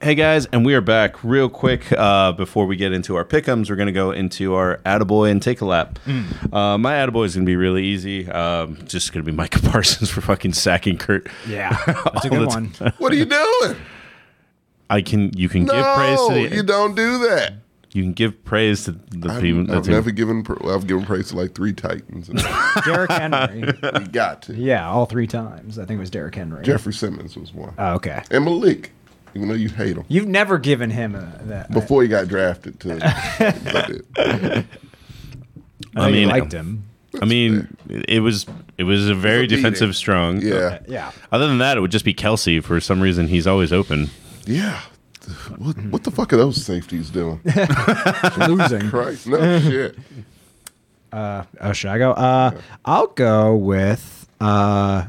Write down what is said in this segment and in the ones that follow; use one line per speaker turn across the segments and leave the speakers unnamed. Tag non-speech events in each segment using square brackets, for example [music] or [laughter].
Hey guys, and we are back real quick. Uh, before we get into our pickums, we're gonna go into our Attaboy and take a lap.
Mm.
Uh, my Attaboy is gonna be really easy. Um, just gonna be Micah [laughs] Parsons for fucking sacking Kurt.
[laughs] Yeah, that's a
All
good
the
one.
What are you doing?
I can you can give praise
No,
to the
you
you,
don't do that.
can give praise to the
I've,
people.
I've
the-
never given. pra- I've given praise to like three Titans. you
[laughs] Derrick Henry.
got to.
Yeah, all three times. I think it was Derrick Henry.
Jeffrey Simmons was one,
Oh, okay.
and Malik. Even though you hate him,
You've never given him a, that.
before he got drafted to. I did.
I, know you
mean, um,
liked him.
I mean, it was it was a very
beating.
defensive strong.
Yeah,
Yeah.
Other than that, it would just be Kelsey. For some reason, he's always open.
yeah. What, what the fuck are those safeties doing?
Losing.
Christ, no shit.
Oh, should I go? Uh, I'll go with. Uh,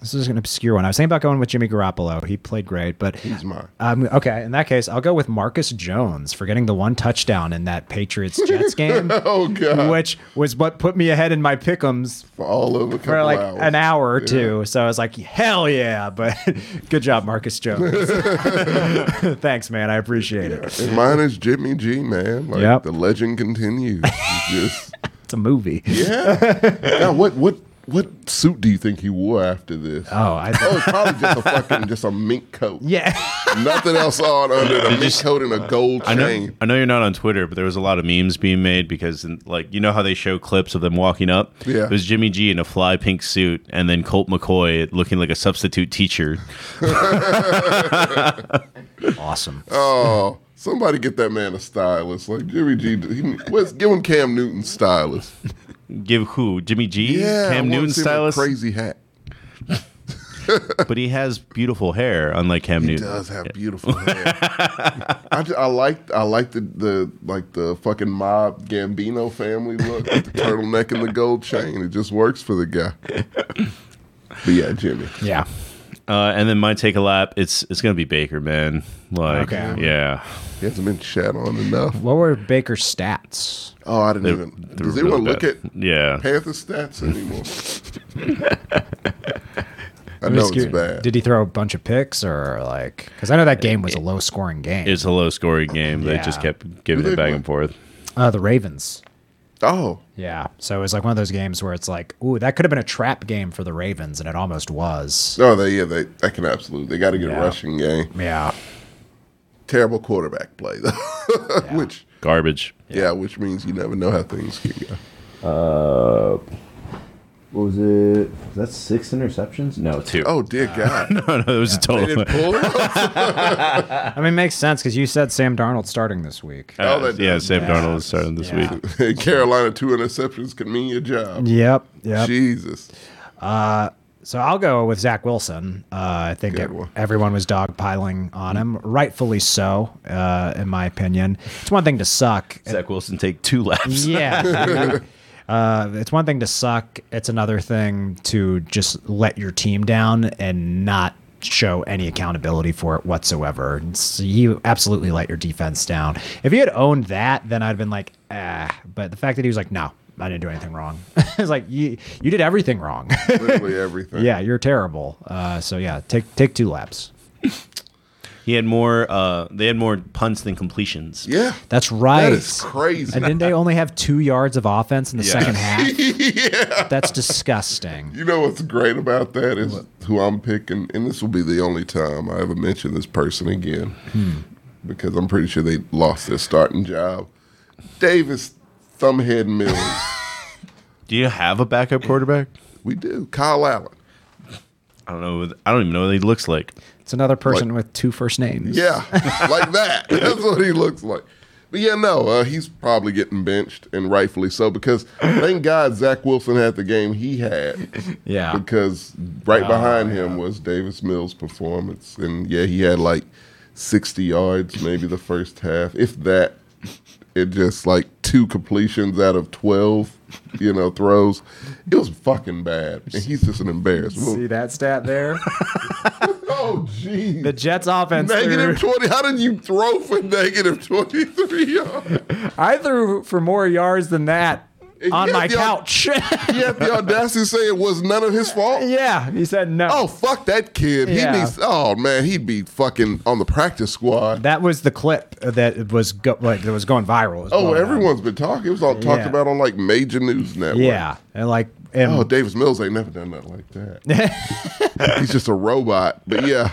this is an obscure one. I was thinking about going with Jimmy Garoppolo. He played great, but
He's mine.
um, okay. In that case, I'll go with Marcus Jones for getting the one touchdown in that Patriots Jets game,
Oh god,
which was what put me ahead in my pickums
for all of
for
a couple
like
hours.
an hour or two. So I was like, hell yeah! But [laughs] good job, Marcus Jones. [laughs] Thanks, man. I appreciate it.
And mine is Jimmy G, man. Like
Yep.
the legend continues. You Just
It's a movie.
yeah. [laughs] Now, what what what suit do you think he wore after this?
Uh,
Oh, I.
Oh, it's probably just a fucking just a mink coat.
[laughs] Yeah.
Nothing else on under the mink coat and a gold
I know,
chain.
I know you're not on Twitter, but there was a lot of memes being made because, in, like, you know how they show clips of them walking up.
Yeah.
It was Jimmy G in a fly pink suit, and then Colt McCoy looking like a substitute teacher.
awesome.
Oh, somebody get that man a stylist. Like Jimmy G, he, let's give him Cam Newton's stylist.
Give who? Jimmy G?
Yeah, I
Cam
wanna
Newton
see him in a
stylist.
Crazy [laughs] hat.
But he has beautiful hair, unlike Cam
He
Newton.
does have beautiful
[laughs]
hair. I, ju- I like I like the, the like the fucking mob Gambino family look with the turtleneck and the gold chain. It just works for
[laughs]
the guy. But yeah, Jimmy.
Yeah.
Uh, and then my take a lap. It's it's gonna be Baker, man. Like,
Okay.
yeah.
He hasn't been shat on enough.
What were Baker's stats?
Oh, I didn't
They-
even
they
Does
were
anyone
really
look
bad.
at
Yeah.
Panther stats anymore?
[laughs]
I
I'm
know
just
it's
curious,
bad.
Did he throw a bunch of picks or like? Because I know that game was a low scoring game.
It's a low scoring game. They just
Yeah.
kept giving it
Who they
back
play?
and forth.
uh, the Ravens.
oh.
Yeah. So it was like one of those games where it's like, ooh, that could have been a trap game for the Ravens, and it almost was.
No, they yeah, they I can absolutely they gotta get
Yeah.
a rushing game.
Yeah.
Terrible quarterback play though. [laughs] which
Garbage.
yeah, which means you never know how things can go.
What was it? Was that six interceptions? No, two.
Oh dear
[laughs]
God!
No, no, it was a
They
total.
didn't pull him.
I mean, it makes sense because you said Sam Darnold starting this week.
Uh,
Oh, that
yeah,
does-
Sam
Yeah.
Darnold is starting this
Yeah.
week.
Carolina, two interceptions can mean your job.
Yep. Yep.
Jesus.
So I'll go with Zach Wilson. Uh, I think
Good
e-
one.
everyone was dogpiling on him, rightfully so, uh, in my opinion. It's one thing to suck,
Zach Wilson take two laps.
Yeah. [laughs] Uh, it's one thing to suck. It's another thing to just let your team down and not show any accountability for it whatsoever. And so you absolutely let your defense down. If you had owned that, then I'd have been like, ah. But the fact that he was like, no, I didn't do anything wrong. [laughs] it's like you you did everything wrong. [laughs]
Literally everything.
yeah, you're terrible. Uh, so yeah, take take two laps.
He had more. Uh, they had more punts than completions.
Yeah.
That's right.
That is crazy.
And then they only have two yards of offense in the second half.
[laughs] yeah.
That's disgusting.
You know what's great about that is who I'm picking, and this will be the only time I ever mention this person again because I'm pretty sure they lost their starting job. Davis Thumbhead Mills.
Do you have a backup quarterback?
we do. Kyle Allen.
I don't know. I don't even know what he looks like.
It's another person with two first names.
Yeah, like that. [laughs] That's what he looks like. But yeah, no, uh, he's probably getting benched, and rightfully so, because thank God Zach Wilson had the game he had.
Yeah.
Because right behind him was Davis Mills' performance. And yeah, he had like 60 yards, maybe the first half, if that. It just like two completions out of 12, you know, throws. It was fucking bad. And he's just an
See
embarrassment.
that stat there?
Oh,
[laughs]
jeez.
the Jets offense.
Negative
Threw,
20. How did you throw for negative 23 yards?
[laughs] I threw for more yards than that on
He
my
had the au-
couch. [laughs]
He had the audacity to say it was none of his fault.
yeah, he said no.
Oh fuck that kid.
Yeah.
He needs. Oh man, he'd be fucking on the practice squad.
That was the clip that was go- like that was going viral. It was
Oh,
blowing up.
everyone's been talking. It was all talked
Yeah.
about on like major news network.
Yeah, and like and
Oh, Davis Mills ain't never done nothing like
[laughs]
that. he's just a robot. But yeah,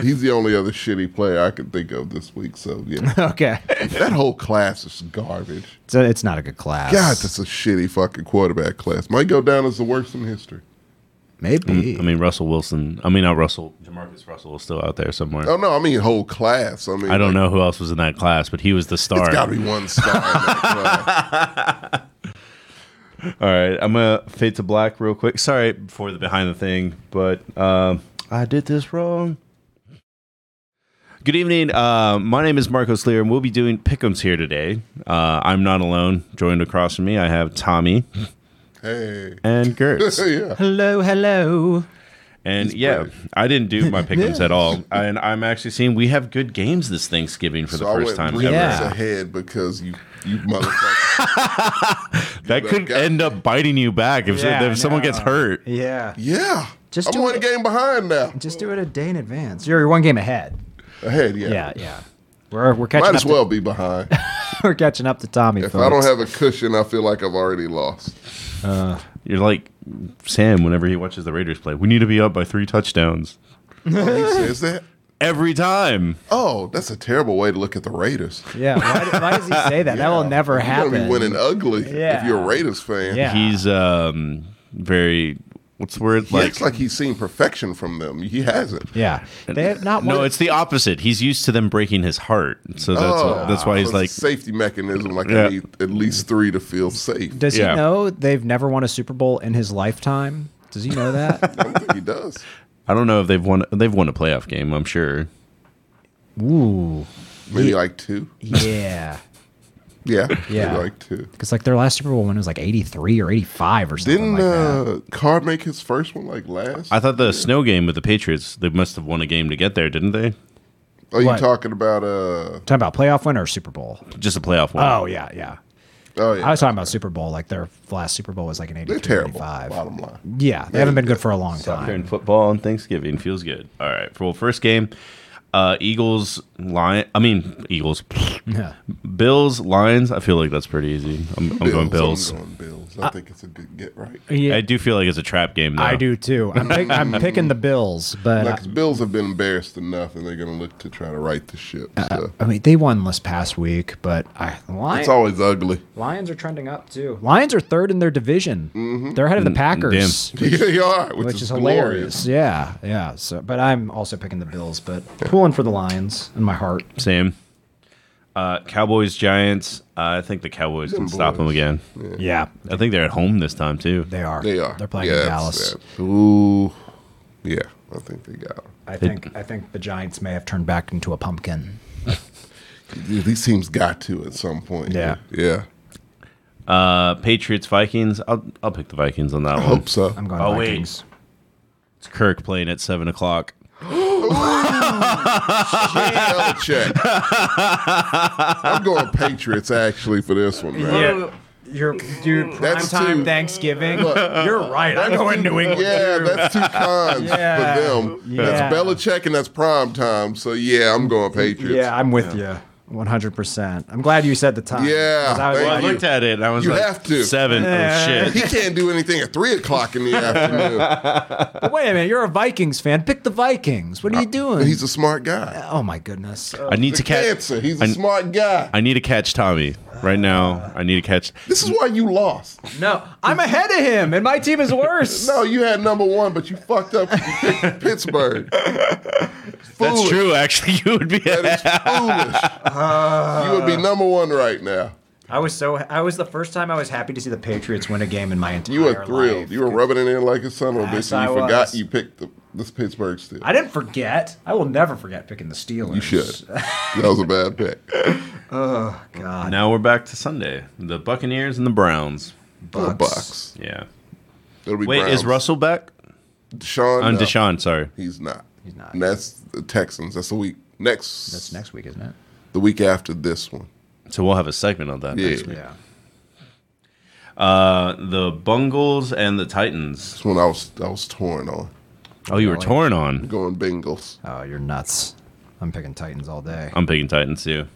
he's the only other shitty player I can think of this week. So yeah,
[laughs] okay,
that whole class is garbage.
so it's not a good class.
God, that's a shitty fucking quarterback class. Might go down as the worst in history.
maybe.
Mm,
I mean, Russell Wilson. I mean, not Russell. Jamarcus Russell is still out there somewhere.
Oh no, I mean whole class. I mean,
I don't know who else was in that class, but he was the star.
It's got to be one star. in that
[laughs]
class.
All right, I'm gonna fade to black real quick. Sorry for the behind the thing, but um, I did this wrong. Good evening. Uh, my name is Marcos Lear, and we'll be doing pickums here today. Uh, I'm not alone. Joined across from me, I have Tommy
Hey, [laughs]
and Gertz.
yeah.
hello, hello.
And yeah, I didn't do
[laughs]
my pickums at all. And I'm actually seeing we have good games this Thanksgiving for
So
the
I
first
went
time
three
ever.
minutes
Yeah.
ahead because you,
[laughs]
you motherfucker.
That could
got-
end up biting you back if,
Yeah, I
if someone
know.
gets hurt.
Yeah,
yeah,
Just
I'm
do
one
it.
game behind now.
just do it a day in advance. You're one game ahead.
Ahead, yeah.
Yeah, yeah. We're we're catching
Might
up.
as well be behind.
To, [laughs] we're catching up to Tommy.
If I don't have a cushion, I feel like I've already
[laughs]
lost.
You're like Sam whenever he watches the Raiders play. We need to be up by three touchdowns
Oh, he says that.
every time.
Oh, that's a terrible way to look at the Raiders.
yeah, why, why does he say that?
[laughs]
That will never
You're gonna
happen.
be winning ugly if
Yeah.
you're a Raiders fan.
Yeah.
He's um very what's the word
He
like.
acts like he's seen perfection from them. He hasn't.
Yeah, they have not.
no,
won-
it's the opposite. He's used to them breaking his heart, so that's
Oh.
that's why he's
So
like.
it's a safety mechanism. Like
Yeah.
I need at least three to feel safe.
Does
yeah.
he know they've never won a Super Bowl in his lifetime? Does he know
[laughs]
that?
I don't think he does.
I don't know if they've won. They've won a playoff game. I'm sure.
Ooh,
Maybe like two.
yeah.
Yeah,
Yeah.
maybe like two.
Because like their last Super Bowl win was like '83 or '85 or something
Didn't
like that.
uh, Carr make his first one like last?
I thought the snow game with the Patriots. They must have won a game to get there, didn't they?
Are Oh, you
What?
talking about? Uh,
Talking about playoff win or Super Bowl?
Just a playoff one.
Oh yeah, yeah.
oh yeah,
I was talking about Super Bowl. Like their last Super Bowl was like an
they're
83,
terrible.
85.
Bottom line.
Yeah, they haven't been good for a long
Soccer
time.
and football on Thanksgiving feels good. All right. Well, first game, uh, Eagles Lion. I mean Eagles,
[laughs] Yeah.
Bills Lions. I feel like that's pretty easy. I'm, I'm going Bills.
I'm going Bills. I think it's a good get right.
I do feel like it's a trap game. Though.
I do too. I'm, pick, [laughs] I'm picking the Bills, but
Like, 'cause Bills have been embarrassed enough, and they're going to look to try to right the ship. So.
I mean they won this past week. But I,
It's
Lions,
always ugly. [laughs]
Lions are trending up too. Lions are third in their division. They're ahead of the Packers.
Yeah, you are, Mm-hmm. which,
Which is
glorious.
hilarious. Yeah, yeah. So, but I'm also picking the Bills, but pulling for the Lions in my heart.
Same. Uh, Cowboys Giants. uh, I think the Cowboys can stop them
boys.
again.
Yeah,
I think they're at home this time too.
they are.
They are.
They're playing
Yeah,
in
that's
Dallas.
sad. Ooh, yeah. I think they got. 'em.
I think I think the Giants may have turned back into a pumpkin.
Dude, these teams got to at some point.
Yeah.
yeah.
Uh, Patriots Vikings. I'll I'll pick the Vikings on that
I
one.
hope so.
I'm going
Oh, wait.
Vikings.
It's Kirk playing at seven o'clock.
[laughs]
Belichick. I'm going Patriots actually for this one, man.
Your dude,
That's
primetime
too-
Thanksgiving. [laughs] You're right. I'm going New England.
Yeah, that's two cons
Yeah.
for them.
Yeah.
That's Belichick and that's prime time. So yeah, I'm going Patriots.
Yeah, I'm with you 100%. I'm glad you said the time.
Yeah,
'cause I was
thank
I
like,
you.
looked at it. and I was
You
like,
have to.
seven. Oh
He [laughs]
shit.
can't do anything at three o'clock in the
[laughs]
afternoon.
"But wait a minute, you're a Vikings fan. Pick the Vikings. What are you doing?
Uh, He's a Uh, smart guy.
oh my goodness.
I need
He's
to
a
catch.
cancer. He's a
I-
smart guy.
I need to catch Tommy right now. I need to catch.
This is why you lost.
No, I'm ahead of him, and my
[laughs]
team is worse.
No, you had number one, but you fucked up.
[laughs]
You picked Pittsburgh.
That's true. Actually, [laughs] you would be.
That is foolish. you would be number one right now.
I was so I was the first time I was happy to see the Patriots win a game in my entire
You were thrilled.
life.
You were rubbing it in like a son of a
Yes,
bitch, and you
I
forgot
was.
you picked the, this Pittsburgh still.
I didn't forget. I will never forget picking the Steelers.
You should. That was a bad pick.
God,
Now we're back to Sunday. The Buccaneers and the Browns.
The
Bucks.
Bucks.
Yeah.
It'll be
Wait,
Browns.
is Russell back?
Deshaun?
On
no,
Deshaun, sorry.
He's not. He's
not.
And that's the Texans. That's the week next.
That's next week, isn't it?
The week after this one.
So we'll have a segment on that
Yeah.
next week.
Yeah.
uh, the Bungles and the Titans.
That's when I was I was torn on
Oh, you were torn on.
going Bengals.
Oh, you're nuts. I'm picking Titans all day.
I'm picking Titans too.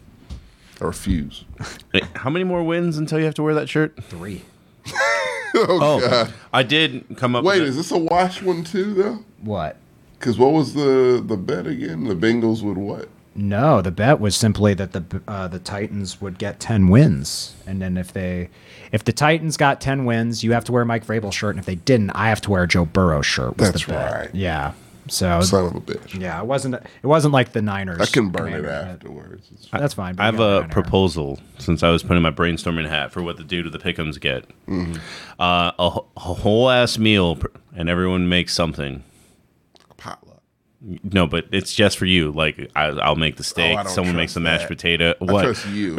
I refuse. [laughs]
Wait, How many more wins until you have to wear that shirt?
Three.
Oh,
[laughs]
I did come up.
Wait,
with
is this a wash one too though?
What?
Because what was the the bet again? The Bengals would what?
No, the bet was simply that the uh, the Titans would get ten wins, and then if they, if the Titans got ten wins, you have to wear a Mike Vrabel shirt, and if they didn't, I have to wear a Joe Burrow shirt. Was
That's
the bet.
right.
Yeah. So
Son of a bitch.
yeah, it wasn't it wasn't like the Niners.
I can burn it
Commanders bet.
afterwards. It's-
That's fine. but
I have
yeah,
a
Niner.
proposal since I was putting my brainstorming hat for what the dude of the pickums get.
Mm-hmm.
Uh, a, wh- a whole ass meal, pr- and everyone makes something.
potluck.
No, but it's just for you. Like I, I'll make the steak.
Oh, don't
Someone makes
trust
the mashed
that.
potato.
I
What?
trust you.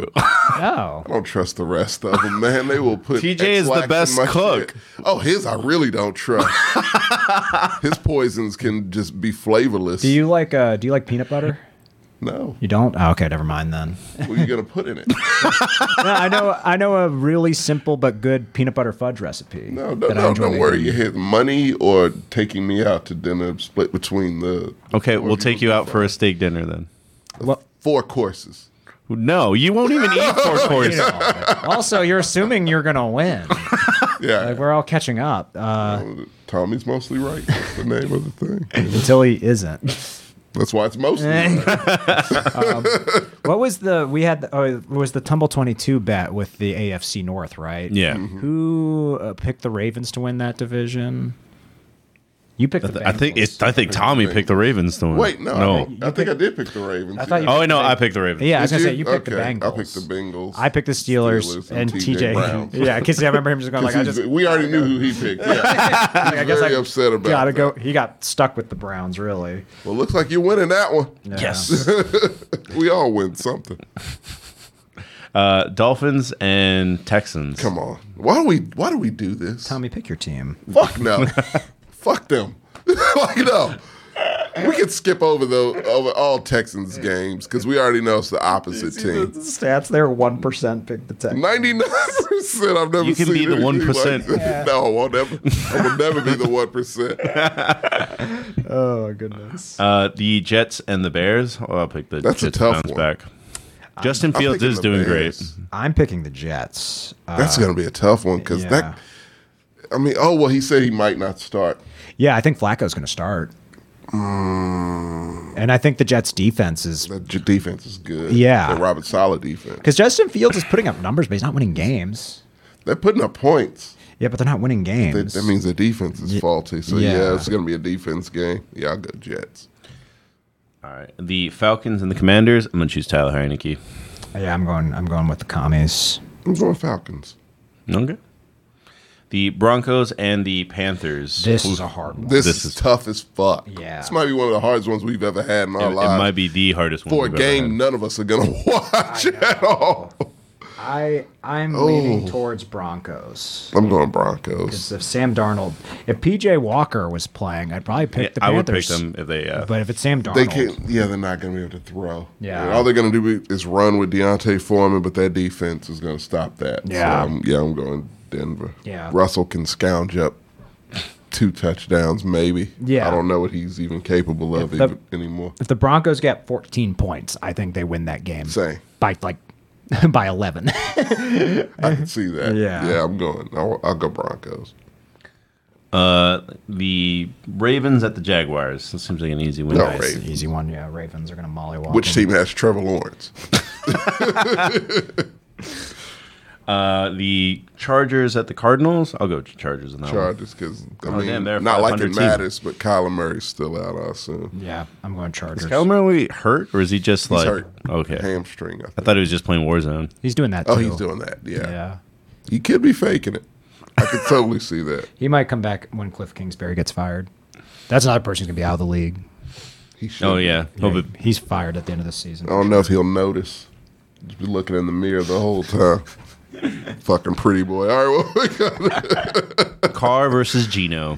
No.
I don't trust the rest of them, man. They will put
TJ is the
X-Lax in
best
my
cook.
shit. Oh, his I really
[laughs]
don't trust. his poisons can just be flavorless.
Do you like uh, do you like peanut butter?
No.
You don't? Oh, okay, never mind then.
What are you gonna put in it?
No, I know I know a really simple but good peanut butter fudge
[laughs]
recipe.
No, no, no don't
making.
worry. [laughs] You hit money or taking me out to dinner split between the
okay,
or
we'll
you
take you out for a steak dinner then.
Well,
four courses.
No, you won't even eat
[laughs]
four
you
courses.
know, also, you're assuming you're gonna win.
Yeah.
Like we're all catching up uh,
Tommy's mostly right. That's the name of the thing.
until he isn't.
That's why
[laughs]
it's mostly right.
um, what was the we had? The, oh, it was the Tumble Twenty Two bet with the AFC North, right?
Yeah,
Who uh, picked the Ravens to win that division? You picked the.
I think
Bengals.
it's. I think Tommy picked the Ravens to win.
Wait, no,
no.
I, think, I think I did pick the Ravens.
I thought you-
oh, I know. I picked the Ravens.
Yeah, I was
Did
gonna say
you?
you picked the
Okay, I
Bengals.
picked the Bengals,
I picked the Steelers,
Steelers,
and,
and
TJ.
TJ
[laughs]
Browns.
yeah, because I remember him just
[laughs]
going like, I
He's-
just
we already knew who he picked.
[laughs]
Yeah. He's
I guess
very
I
upset about
gotta
that.
go.
[laughs]
He got stuck with the Browns, really.
Well, looks like you're winning that one.
Yeah.
Yes.
[laughs] We all win something.
uh, Dolphins and Texans.
Come on. Why do we why do we do this?
Tommy, pick your team. [laughs]
Fuck no. Fuck them. [laughs] like no. We could skip over though over all Texans games because we already know it's the opposite team.
Stats there, one percent pick the Texans.
Ninety nine percent. I've never.
You can
seen
be the
anything
1%.
Like that. No, I won't ever. I will never be the one percent.
Oh goodness.
Uh, the Jets and the Bears. Oh, I'll pick the
That's a
Jets
tough
bounce
one.
back. Justin
I'm
Fields
picking
is
the
doing
Bears.
I'm picking the Jets. Uh,
That's gonna be a tough one because that. I mean, oh well, he said he might not start.
yeah, I think Flacco's going to start, and I think the Jets defense is
That j- defense is good.
Yeah.
the Robert Sala defense.
because Justin Fields is putting up numbers, but he's not winning games.
They're putting up points.
Yeah, but they're not winning
That,
games.
that means the defense is faulty. So yeah.
yeah.
it's gonna be a defense game. Yeah, I'll go Jets.
great. All right, the Falcons and the Commanders. I'm gonna choose Tyler Heineke.
yeah, I'm going. I'm going with the commies.
I'm going Falcons.
Okay. The Broncos and the Panthers.
This is a hard one.
This,
This
is,
is-
tough as fuck.
Yeah.
This might be one of the hardest ones we've ever had in
it,
our
it
lives.
might be the hardest one.
For a
we've ever
game
had.
none of us are gonna [laughs] watch at all.
I I'm
Oh.
leaning towards Broncos.
I'm going Broncos.
If Sam Darnold, if PJ Walker was playing, I'd probably pick the
I would
Panthers.
pick them if they. Uh,
But if it's Sam Darnold,
They can't. Yeah, they're not going to be able to throw.
Yeah.
And all they're going to do is run with Deontay Foreman, but their defense is going to stop that. So
Yeah.
I'm, yeah, I'm going Denver.
Yeah.
Russell can scourge up two touchdowns, maybe.
Yeah.
I don't know what he's even capable of
the-
even, anymore.
if the Broncos get 14 points, I think they win that game. [laughs]
Same.
by like by 11.
I can see that.
Yeah.
Yeah, I'm going. I'll, I'll go Broncos.
uh, the Ravens at the Jaguars. That seems like an easy win.
No,
guys.
Ravens.
Easy one. Yeah, Ravens are gonna mollywop.
Which
them.
team has Trevor Lawrence?
Uh, the Chargers at the Cardinals. I'll go Chargers on that one.
Chargers, because I
Oh,
mean,
damn, they're a
not like
500
it
team.
matters, but Kyler Murray's still out. I assume
Yeah, I'm going Chargers.
Is Kyler Murray hurt or is he just
he's
like
hurt.
okay?
hamstring. I think.
I thought he was just playing Warzone.
He's doing that.
oh,
too.
he's doing that. Yeah.
Yeah.
he could be faking it. I could totally see that.
He might come back when Cliff Kingsbury gets fired. That's another person who's gonna be out of the league.
He should.
Oh yeah,
Yeah,
Hope it-
[laughs]
he's fired at the end of the season.
I don't know if he'll notice. Just be looking in the mirror the whole time. [laughs] oh, Fucking pretty boy. All right, well, we got
Carr versus Gino.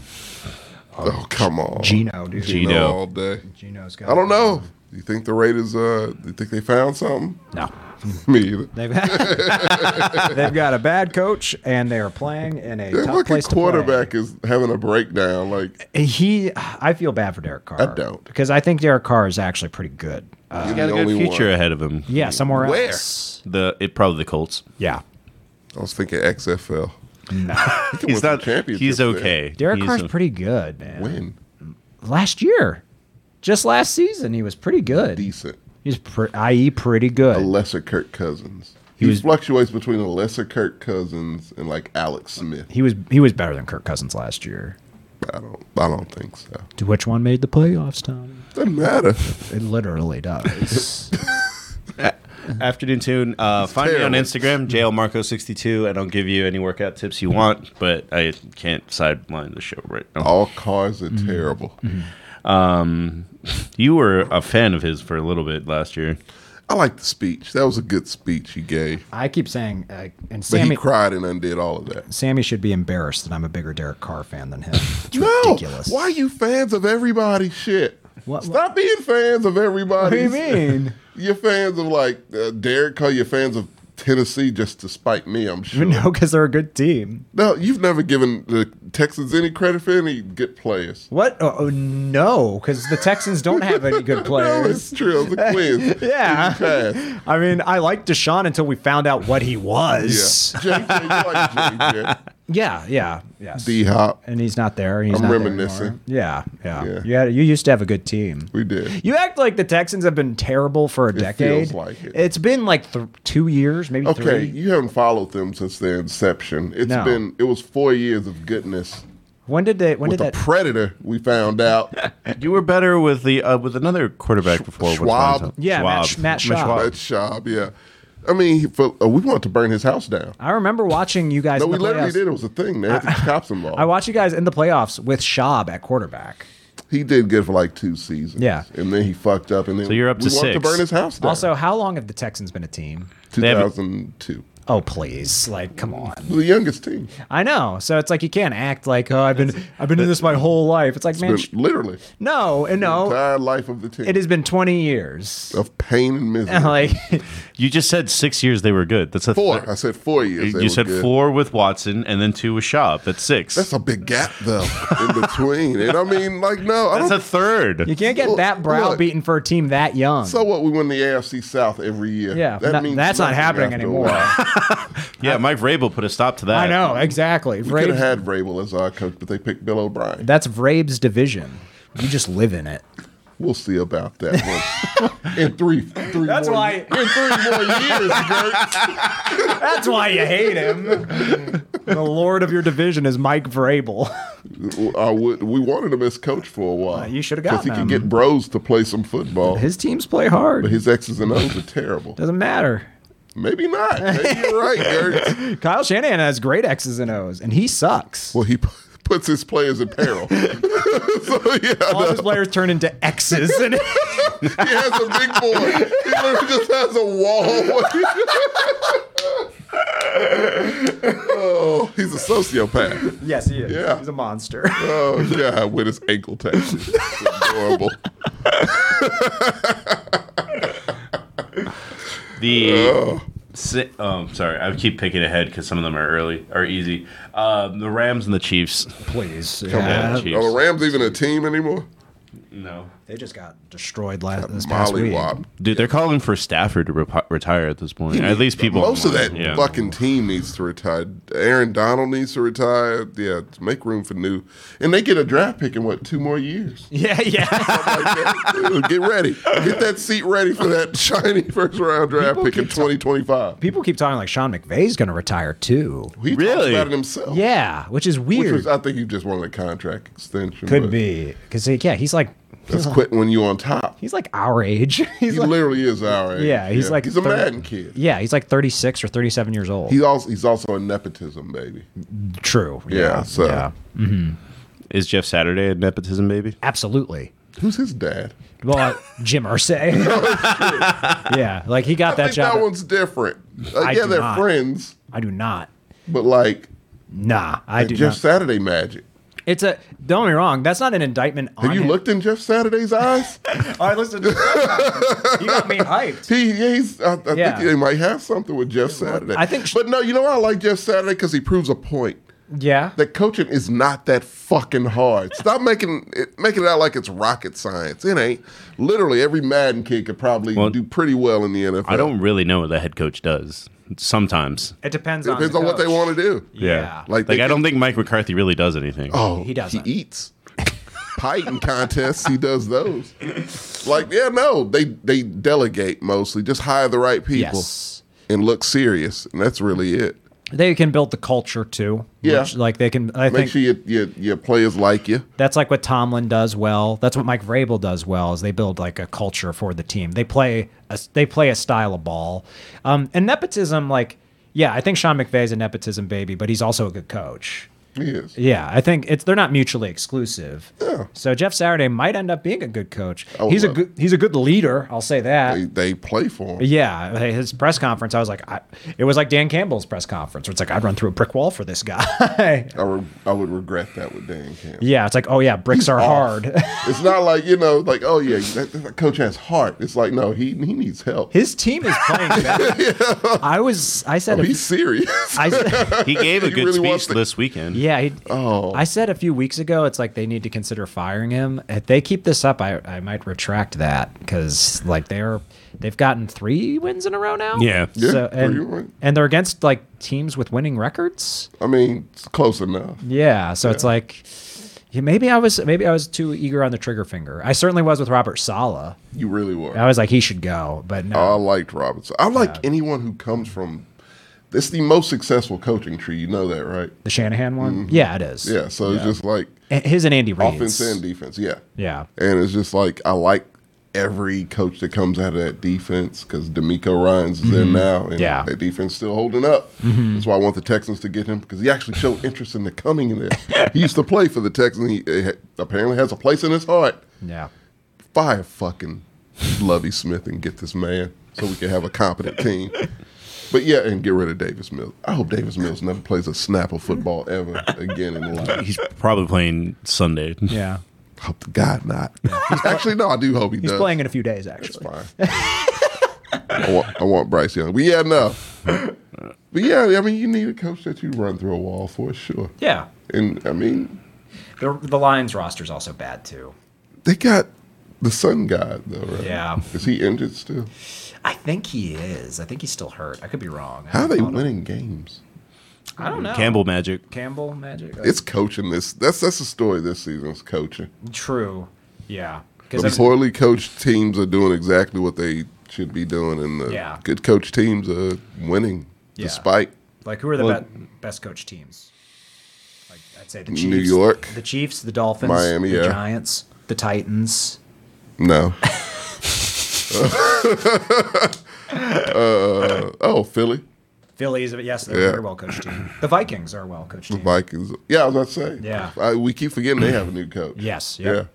Oh, come on.
Gino, dude.
Gino.
all day.
Gino's got.
I don't know. You think the Raiders? Uh, you think they found something? [laughs]
No.
Me either.
They've, [laughs] they've got a bad coach, and they are playing in a
Their
tough
fucking
place to play.
quarterback is having a breakdown. Like
He, I feel bad for Derek Carr.
I don't.
because I think Derek Carr is actually pretty good. Uh,
He's got a
the
good
only
future
one.
ahead of him.
yeah, somewhere
Where?
else.
The it probably the Colts.
Yeah,
I was thinking XFL. [laughs] He can win
He's
some
not.
championships
He's
there.
okay.
Derek
he's
Carr's
a-
pretty good, man.
Win
Last year, just last season, he was pretty good.
decent.
He's pre- i.e. pretty good.
A lesser Kirk Cousins.
He
He,
was-
fluctuates between a lesser Kirk Cousins and like Alex Smith.
he was he was better than Kirk Cousins last year.
I don't. I don't think so.
To which one made the playoffs, Tom?
Doesn't matter.
It literally does. [laughs]
Afternoon tune. Uh, find me on
terrible. [laughs]
Instagram, JLMarco62, and I'll give you any workout tips you want, but I can't sideline the show right now.
All cars are
Mm-hmm.
terrible.
You were a fan of his for a little bit last year.
I like the speech. That was a good speech he gave.
I keep saying, uh, and
But
Sammy
he cried and undid all of that.
Sammy should be embarrassed that I'm a bigger Derek Carr fan than
[laughs]
him. It's
No,
ridiculous.
why are you fans of everybody? Shit,
What-
stop being fans of everybody.
mean?
You're fans of like uh, Derek Carr. You're fans of Tennessee just to spite me. I'm
[laughs] [laughs]
sure.
no, because they're a good team.
No, you've never given the Texans any credit for any good players.
What? Oh, oh, no, because the Texans don't have any good
[laughs] No, Oh, it's
players.
true. It was a
[laughs]
quiz.
yeah.
Pass. Yeah.
I mean, I liked Deshaun until we found out what he [laughs] was.
JJ, you like JJ.
Yeah, yeah, yes.
D Hop.
and he's not there. and He's
I'm
not there
reminiscing.
anymore. yeah, yeah, yeah.
Yeah.
You, had- you used to have a good team.
We did.
You act like the Texans have been terrible for a decade.
feels like it.
has been like th- two years, maybe
Okay,
three.
you haven't followed them since their inception. It's
No.
been it was four years of goodness.
When did they? When
With
did
a
that?
predator, we
[laughs]
found out.
You were better with the uh, with another quarterback before. what's
Schwab.
his name?
Yeah, Matt Sch- Matt Schwab.
That Shab, yeah. I mean, he- for, uh, we wanted to burn his house down.
I remember watching you guys.
No,
in
we
the
literally
playoffs.
did. It was a thing. They had the
[laughs]
cops involved.
I watched you guys in the playoffs with Schaub at quarterback.
he did good for like two seasons.
Yeah.
and then he fucked up. And then
So you're up
we
to
wanted to
six.
burn his house down.
Also, how long have the Texans been a team?
They have-
2002,
Oh, please! Like, come on.
the youngest team.
I know. So it's like you can't act like, oh, I've been, I've been in this my whole life. It's like, man,
But
sh-
literally,
no, and
the
no.
entire life of the team.
It Uh-huh. has been 20 years. [laughs]
of pain and misery.
like,
You just said six years they were good. That's a
four. I said four years. They
you
were
said
good.
four with Watson and then two with Schwab. That's six.
That's a big gap though
[laughs]
in between. And I mean, like, no, I
That's
don't.
a third.
you can't get
Look,
that
look.
browbeaten for a team that young.
so what? We win the AFC South every year.
yeah, no- that's not
nothing
happening
after a
anymore.
while.
yeah, Mike Rabel put a stop to that.
[laughs] I know exactly.
We could
Vrabel-
have had Vrabel as our coach, but they picked Bill O'Brien.
That's Vrabe's division. You just live in it.
We'll see about
[laughs]
that one. in three, three
That's
more,
why-
in three more years,
[laughs]
Gertz.
That's why you hate him. the lord of your division is Mike Vrabel. [laughs]
I would, Uh, we wanted him as coach for a while.
you should've
he
gotten
could get bros to play some football.
His teams play hard.
but his X's and O's are terrible.
Doesn't matter.
Maybe not. Maybe you're right, Gertz.
[laughs] Kyle Shanahan has great X's and O's, and he sucks.
Well, he p- puts his players in peril. [laughs] so yeah,
[laughs] All
no.
his players turn into X's,
[laughs]
and
he has a big board. He literally just has a wall. [laughs] oh, he's a sociopath.
yes, he is.
[laughs] Yeah.
He's a monster.
Oh god, with his ankle tattoo. It's adorable.
The si- um, sorry, I keep picking ahead because some of them are early or easy. Um, the Rams and the Chiefs.
Please,
Yeah,
Yeah.
the Chiefs.
Are the Rams even a team anymore?
No,
they just got destroyed last this past
Molly
week.
Wop.
dude, they're calling for Stafford to repi retire at this point. At least people.
Most of that
Yeah.
fucking team needs to retire. Aaron Donald needs to retire. Yeah, to make room for new. And they get a draft pick in what two more years?
Yeah, yeah.
Like that. get ready. Get that seat ready for that shiny first round draft pick in 2025.
People keep talking like Sean McVay's going to retire too.
He talks
Really?
about it himself.
Yeah, which is
Which
weird.
was, I think he just wanted a contract extension.
Could
but
be because yeah, he's like
That's quitting when you on top.
he's like our age. [laughs] He's
He
like,
literally is our age.
Yeah, he's like
he's a
thirty-
Madden kid.
yeah, he's like 36 or 37 years old.
He's also he's also a nepotism baby.
True. Yeah.
Yeah, so-
Is Jeff Saturday a nepotism baby?
Absolutely.
Who's his dad?
Well, uh, Jim
[laughs]
Irsay. [laughs] yeah, like he got
Oh, I
that
think that
job.
one's different. Like,
I
yeah,
do
they're
not.
friends,
I do not.
but like
Nah, I do
Jeff
not.
Saturday magic.
It's a don't get me wrong. That's not an indictment on
Have you
him.
looked in Jeff Saturday's eyes?
All right, [laughs] listen. you got me hyped.
He, yeah, he's. I, I
Yeah.
think they might have something with Jeff Saturday.
I think-
but no, you know why I like Jeff Saturday because he proves a point
Yeah.
that coaching is not that fucking hard. Stop making it making it out like it's rocket science. It ain't. Literally, every Madden kid could probably
Well,
do pretty well in the NFL.
I don't really know what the head coach does. Sometimes,
It depends
It
on
depends on what they want to do.
Yeah.
like,
Like, they
I
can-
don't think Mike McCarthy really does anything.
Oh,
He doesn't.
He eats. Python contests, he does those. Like, yeah, no, they they delegate mostly. Just hire the right people
Yes.
and look serious, and that's really it.
They can build the culture too.
Yeah.
Which, like they can I
Make
think
sure your, your your players like you.
that's like what Tomlin does well. That's what Mike Vrabel does well is they build like a culture for the team. They play a, they play a style of ball. Um, and nepotism like yeah, I think Sean McVay's a nepotism baby, but he's also a good coach.
Yes.
Yeah, I think it's they're not mutually exclusive. So Jeff Saturday might end up being a good coach.
Oh. would
He's a
love
good he's a good leader, I'll say that.
They, they play for him.
Yeah, his press conference. I was like, I, it was like Dan Campbell's press conference. Where it's like I'd run through a brick wall for this guy. [laughs]
I, re- I would regret that with Dan Campbell.
yeah, it's like, oh yeah, bricks are hard.
It's not like, you know, like, oh, yeah, that, that coach has heart. It's like, no, he he needs
[laughs]
help.
his team is playing
[laughs]
bad. I was, I said, a
Oh, He's serious. [laughs]
I s-
He gave a
He
good
really wants
speech
to-
this weekend.
yeah. He,
Oh.
I said a few weeks ago, it's like they need to consider firing him. If they keep this up, I, I might retract that because like they're they've gotten three wins in a row now.
Yeah.
Yeah,
So
you're
and
right.
and they're against like teams with winning records.
I mean, it's close enough.
Yeah, so it's like yeah, maybe I was maybe I was too eager on the trigger finger. I certainly was with Robert Sala.
You really were.
I was like he should go, but no.
I liked Robinson. I like anyone who comes from. It's the most successful coaching tree. You know that, right?
the Shanahan one? Yeah, it is.
Mm-hmm. Yeah. So it's just like
A- His and Andy Reid's.
offense and defense. Yeah.
Yeah.
And it's just like I like every coach that comes out of that defense because D'Amico Ryan's is there now, and
Mm-hmm. Yeah. Mm-hmm.
that defense still holding up. That's why I want the Texans to get him because he actually showed interest in the coming in there. he used to play for the Texans. He uh, ha- apparently has a place in his heart.
Yeah.
Fire fucking Lovey Smith and get this man so we can have a competent team. But yeah, and get rid of Davis Mills. I hope Davis Mills never plays a snap of football ever again in life.
He's probably playing Sunday. [laughs]
Yeah.
Hope to
[laughs]
God not. Actually, no, I do hope he
He's
does.
playing in a few days
It's
actually.
fine. I, want, I want Bryce Young. But yeah, no. But yeah, I mean, you need a coach that you run through a wall for sure.
Yeah.
And I mean,
The the Lions roster's also bad too.
they got the sun god though, right?
Yeah.
Is he injured still?
I think he is. I think he's still hurt. I could be wrong.
How are they winning games?
I don't know.
Campbell magic.
Campbell Magic.
It's coaching this. That's that's the story this season. It's coaching.
True. Yeah.
The
Because
poorly coached teams are doing exactly what they should be doing, and the
Yeah.
good coached teams are winning
Yeah.
despite
Like who are the
Well-
be- best coach teams? Like I'd say the Chiefs,
New York.
the Chiefs, the Dolphins,
Miami,
the
yeah.
Giants, the Titans.
no. uh, oh, Philly,
Phillies, yes, they're a
Yeah.
very well coached team. The Vikings are a well coached team.
Vikings. Yeah, I was about to say.
Yeah.
I, we keep forgetting they have a new coach.
Yes, yep.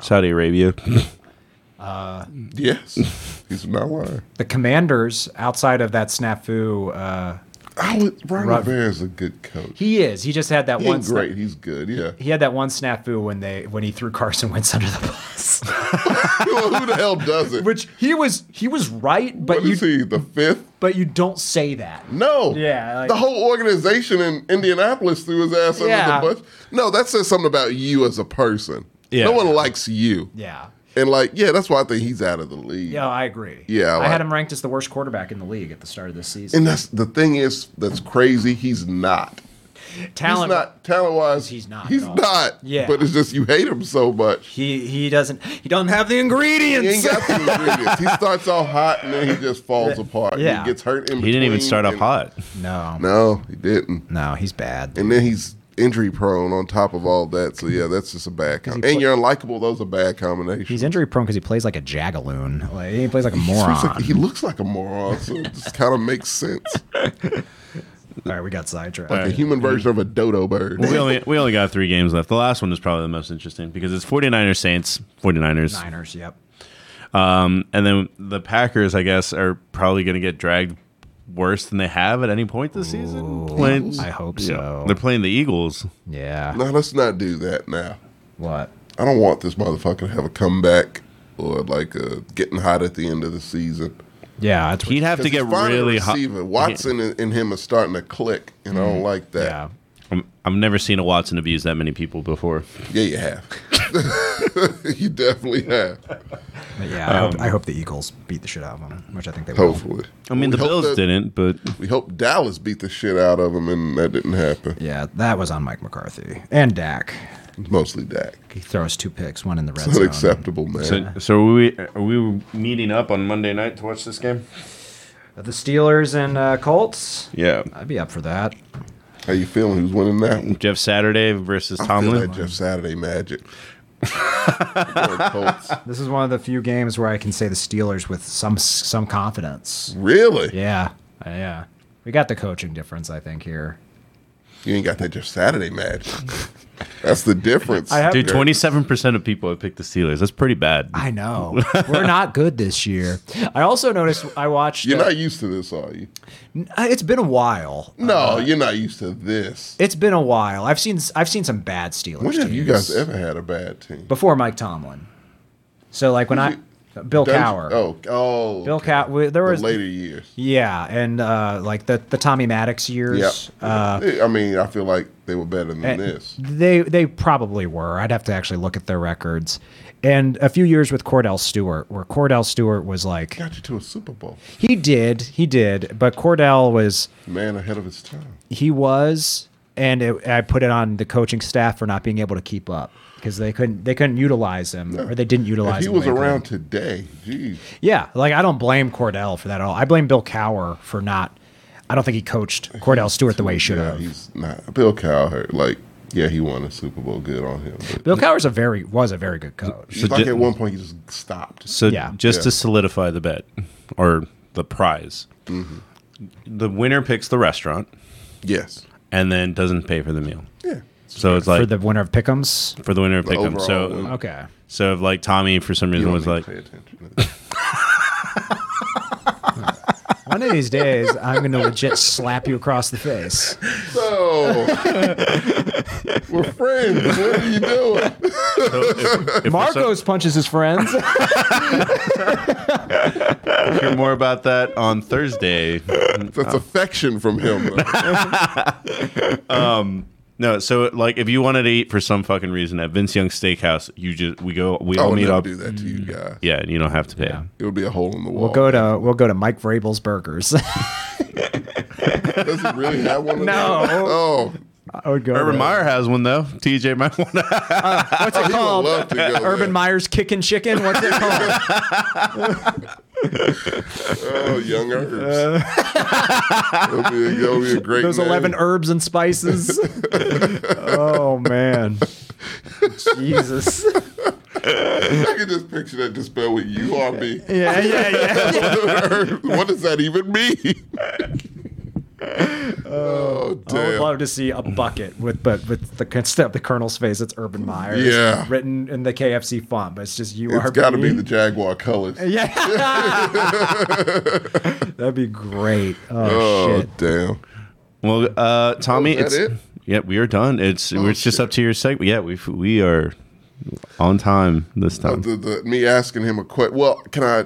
Saudi [laughs] Arabia.
Yeah. Yes. He's not lying.
The Commanders, outside of that snafu, uh,
Oh, Ron
Rod-
Rivera is a good coach.
he is. He just had that
He
one.
ain't
sna-
great. He's good. Yeah. [laughs]
he had that one snafu when they when he threw Carson Wentz [laughs] under the bus,
Who the hell does it?
which he was he was right, but
What is
you
he? The fifth?
but you don't say that.
No.
Yeah, like-
the whole organization in Indianapolis threw his ass under
Yeah.
the bus. No, that says something about you as a person.
Yeah.
No one likes you.
Yeah,
And like, yeah, that's why I think he's out of the league.
yeah, I agree.
Yeah,
I
like-
had him ranked as the worst quarterback in the league at the start of this season.
And that's the thing is that's crazy. He's not.
Talent,
he's not talent wise.
He's not
He's
at all.
not.
Yeah.
But it's just you hate him so much.
He he doesn't he doesn't have the
He
ingredients.
ain't got the ingredients. He starts off hot and then he just falls apart.
Yeah.
He gets hurt in
He didn't even
between
start off
and-
hot.
[laughs] no,
No, he didn't.
no, he's bad.
And then he's injury prone on top of all that. So yeah, that's just a bad com-
play-
And you're unlikable, those are bad combinations.
He's injury prone because he plays like a jagaloon. Like, he plays like
[laughs]
a
He looks
moron.
like- he looks like a moron, so it just kind of makes sense.
All right, we got sidetracked.
The human version of a dodo bird.
We only we only got three games left. The last one is probably the most interesting because it's 49ers Saints, 49ers.
Niners, yep.
Um, and then the Packers, I guess, are probably going to get dragged worse than they have at any point this season? Playing-
I hope
Yeah.
so.
They're playing the Eagles.
Yeah.
Now let's not do that now.
What?
I don't want this motherfucker to have a comeback or like a getting hot at the end of the season.
Yeah, that's
He'd have to
Because
get
he's finally a
really hot. Mm-hmm.
receiver. Watson and- and him are starting to click, and I don't like that.
yeah.
Yeah,
I'm- I've never seen a Watson abuse that many people before.
you have. [laughs] you definitely have.
But yeah, I,
Um,
hope, I hope the Eagles beat the shit out of them, which I think they will.
Hopefully.
I mean,
We
the
hope
Bills
that-
didn't, but
We hope Dallas beat the shit out of them, and that didn't happen.
Yeah, that was on Mike McCarthy and Dak.
Mostly Dak.
He throws two picks, one in the red
It's
zone.
unacceptable, man.
so, so are we are we meeting up on Monday night to watch this game?
The Steelers and uh, Colts.
Yeah,
I'd be up for that.
How you feeling? Who's winning that one?
Jeff Saturday versus
I feel that
Tomlin.
Jeff Saturday magic. [laughs] Going Colts.
This is one of the few games where I can say the Steelers with some some confidence.
Really?
Yeah, yeah. We got the coaching difference, I think here.
You ain't got that Jeff Saturday magic. That's the difference.
I have-
Dude, twenty seven percent of people have picked the Steelers. That's pretty bad.
I [laughs] know we're not good this year. I also noticed I watched.
You're
uh,
not used to this, are you?
it's been a while.
No, you're not used to this.
It's been a while. I've seen I've seen some bad Steelers.
When have you
teams
guys ever had a bad team?
before Mike Tomlin? So like when I Bill
Dunge-
Cower,
Oh, oh.
Bill Cower, there
The
was
later years.
yeah, and uh, like the the Tommy Maddox
Yep.
years. Uh,
I mean, I feel like they were better than
and
this.
They they probably were. I'd have to actually look at their records. And a few years with Cordell Stewart, where Cordell Stewart was like
Got you to a Super Bowl.
he did, he did, but Cordell was
Man ahead of his time.
he was, and it, I put it on the coaching staff for not being able to keep up because they couldn't they couldn't utilize him or they didn't
If
utilize.
he
him
was
lately.
around today, geez.
Yeah, like I don't blame Cordell for that at all. I blame Bill Cower for not. I don't think he coached Cordell Stewart the way he should
Yeah,
have.
he's not. Bill Cowher, like, yeah, he won a Super Bowl. Good on him. But
Bill Cower's a very was a very good coach.
it's
So
like
di-
at one point he just stopped.
So
Yeah.
just
Yeah.
to solidify the bet or the prize,
Mm-hmm.
the winner picks the restaurant
Yes.
and then doesn't pay for the meal.
Yeah.
So it's
for
like for
the winner of Pickums.
the, winner of pick 'em. So
overall winner.
Okay.
so if like Tommy for some reason
don't
was
need to
like
pay attention
[laughs]
to that.
One of these days, I'm going to legit slap you across the face.
so we're friends. What are you doing?
if we're so-
[laughs] Marcos punches his friends.
hear more about that on Thursday.
That's affection from him.
[laughs]
though.
No, so like if you wanted to eat for some fucking reason at Vince Young Steakhouse, you just we go we
I
all
would
meet
never
up.
do that to you guys.
Yeah, and you don't have to pay.
Yeah.
It would be a hole in the wall.
Mm. We'll go to we'll go to Mike Vrabel's Burgers. [laughs]
Does he really have one? Of
No.
those? Oh,
I would go.
Urban
to-
Meyer has one though. TJ might [laughs] want to.
[laughs] What's it
he would
called?
love to go.
Urban
there.
Meyer's Kickin' Chicken. What's
[laughs]
it called?
Oh, young herbs. That'll be a, that'll be a great.
Uh. Those
name.
eleven herbs and
[laughs]
spices. oh man, [laughs] Jesus.
I can just picture that just spelled with U R B.
Yeah, yeah, yeah.
[laughs] What does that even mean? oh
I would
damn!
love to see a bucket with but with the instead of the Colonel's face, it's Urban Meyer.
Yeah.
written in the KFC font, but it's just you
it's
are.
got to be the [laughs] Jaguar colors.
[laughs] yeah. That'd be great. Oh,
Oh
shit.
damn!
Well, uh, Tommy,
Oh, is that
it's
it?
yeah, we are done. It's
Oh,
it's just
shit.
up to your segment. Yeah, we we are on time this time.
Uh, The, the, me asking him a question. Well, can I?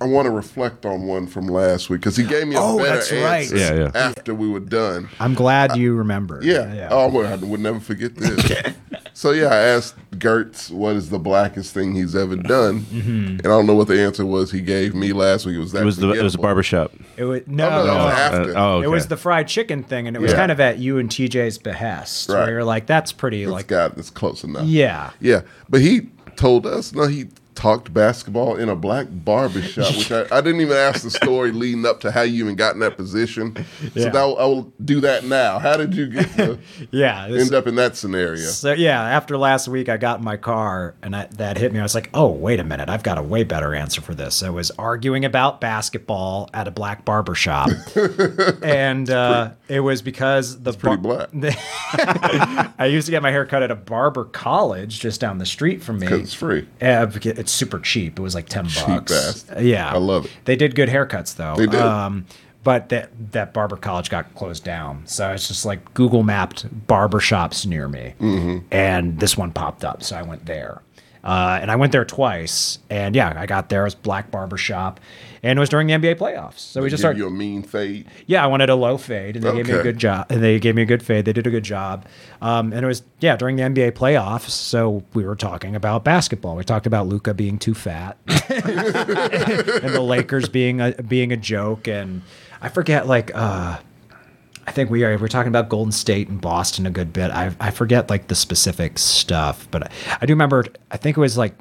I want to reflect on one from last week because he gave me a
Oh,
better
that's right.
answer
Yeah, yeah.
after we were done.
I'm glad you remembered.
Uh, Yeah. Oh, I would, I would never forget this.
[laughs]
so yeah, I asked Gertz what is the blackest thing he's ever done, and I don't know what the answer was he gave me last week. It was that
Mm-hmm. it was the it was a
forgettable.
barbershop.
It was no.
no,
no.
no,
Uh,
after.
oh,
It
okay.
was the fried chicken thing, and it was
Yeah.
kind of at you and TJ's behest.
Right.
Where you're like, that's pretty,
It's
like,
got that's close enough.
yeah.
Yeah, but he told us no. He talked basketball in a black barbershop, which I, I didn't even ask
[laughs]
the story leading up to how you even got in that position. So
Yeah.
now I will do that now. How did you get
[laughs]
to
Yeah. this-
end up in that scenario?
So yeah, after last week, I got in my car and I, that hit me. I was like, "Oh, wait a minute! I've got a way better answer for this." I was arguing about basketball at a black barber shop,
[laughs]
and uh, it was because the
Pretty
bar-
black.
[laughs] I used to get my hair cut at a barber college just down the street from me.
Because it's free.
Uh, beca- it's super cheap. It was like ten bucks.
bastard.
Yeah,
I love it.
They did good haircuts though.
They did.
Um, but that that barber college got closed down. So it's just like Google mapped barber shops near me,
Mm-hmm.
and this one popped up. So I went there, uh, and I went there twice. And yeah, I got there. It was black barber shop, and it was during the NBA playoffs. So we just
Give
started.
you a mean fade.
Yeah, I wanted a low fade, and they gave me a
Okay.
good job. And they gave me a good fade. They did a good job. Um, and it was yeah during the NBA playoffs. So we were talking about basketball. We talked about Luca being too fat, [laughs] and the Lakers being a being a joke. And I forget like uh, I think we are we're talking about Golden State and Boston a good bit. I I forget like the specific stuff, but I, I do remember. I think it was like.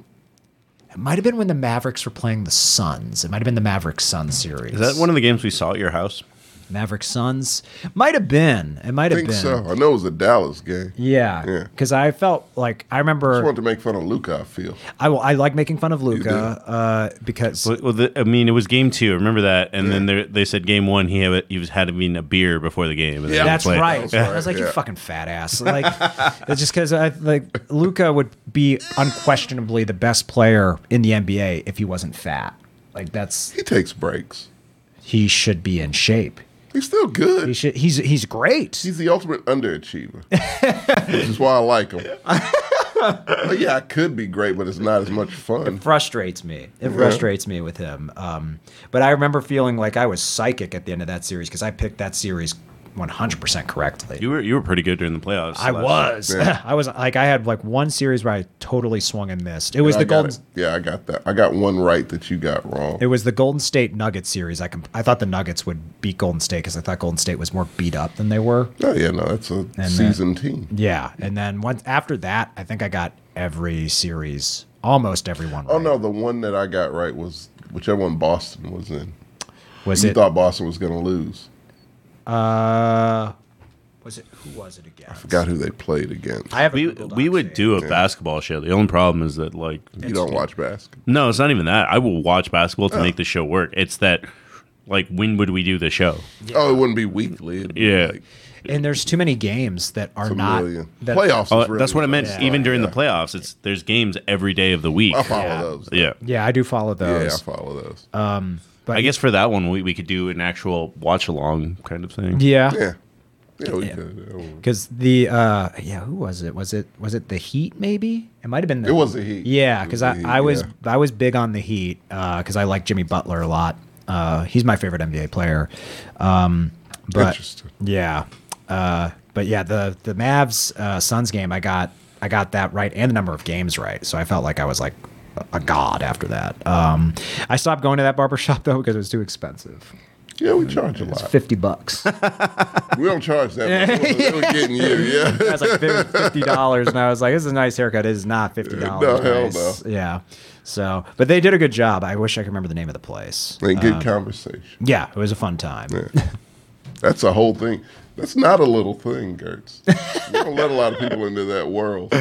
It might have been when the Mavericks were playing the Suns. It might have been the Mavericks Suns series.
Is that one of the games we saw at your house?
Maverick Suns. Might have been. It might
I
have
think
been.
so. I know it was a Dallas game.
Yeah.
Yeah.
Because I felt like I
I just
remember
wanted to make fun of Luca. I feel
I, will- I like making fun of Luca
do.
uh, because
Well, well, the, I mean, it was game two. Remember that? And then they, they said game one. He had he was had to mean a beer before the game. And
Yeah.
then
that's
play.
right.
That was
I was like, you
right, yeah.
fucking fat
[laughs]
ass. Like it's just because I like Luca would be unquestionably the best player in the NBA if he wasn't fat. Like that's
he takes breaks.
he should be in shape.
He's still good.
He should. He's he's great.
He's the ultimate
[laughs]
underachiever, which is why I like him. But yeah, I could be great, but it's not as much fun.
frustrates me. It frustrates me with him. Um, but I remember feeling like I was psychic at the end of that series because I picked that series 100% correctly.
You were you were pretty good during the playoffs.
I
last-
was.
Yeah.
[laughs] I was like, I had like one series where I totally swung and missed. It was
I
the
got
Golden.
it. Yeah, I got that. I got one right that you got wrong.
It was the Golden State Nuggets series. I comp- I thought the Nuggets would beat Golden State because I thought Golden State was more beat up than they were.
Oh yeah, no, that's a
that-
seasoned team.
Yeah, and then once after that, I think I got every series, almost every one.
Oh
right.
no, the one that I got right was whichever one Boston was in.
was
you
it?
thought Boston was going to lose.
uh, was it who was it again? I
Forgot who they played against.
I have a
We
Google Doc
we would
saved.
do a basketball show. The only problem is that like
you don't watch basketball.
no, it's not even that. I will watch basketball to make the show work. It's that like when would we do the show?
Oh, it wouldn't be weekly. It'd be
Yeah.
like
and there's too many games that are
a
not
million.
that,
Playoffs. is
Oh,
really
that's what I meant.
nice.
Even during the playoffs, it's there's games every day of the week.
I follow
Yeah. Uh,
those.
Yeah.
Yeah, I do follow
Yeah,
those.
I follow those.
but
I guess for that one, we, we could do an actual watch along kind of thing.
yeah,
yeah. Yeah, we could.
because the uh, yeah, who was it? Was it was it the Heat? Maybe it might have been. The,
It was the Heat.
Yeah,
It was
because
the
I,
Heat,
I was
yeah.
I was big on the Heat because I like Jimmy Butler a lot. Uh, he's my favorite NBA player. Um, but
Interesting.
yeah, uh, but yeah, the the Mavs uh, Suns game, I got I got that right and the number of games right, so I felt like I was like a god after that. Um, I stopped going to that barber shop though because it was too expensive.
Yeah, we charge a
It's
lot.
fifty [laughs] bucks.
We don't charge
[laughs]
that much. It was getting you, yeah.
I was like "Fif- fifty dollars, and I was like, "This is a nice haircut." It is not fifty dollars.
hell
Yeah. So, but they did a good job. I wish I could remember the name of the place.
[laughs] And good conversation.
Yeah, it was a fun time.
That's a whole thing. That's not a little thing, Gertz. You don't let a lot of people into
[laughs]
that world.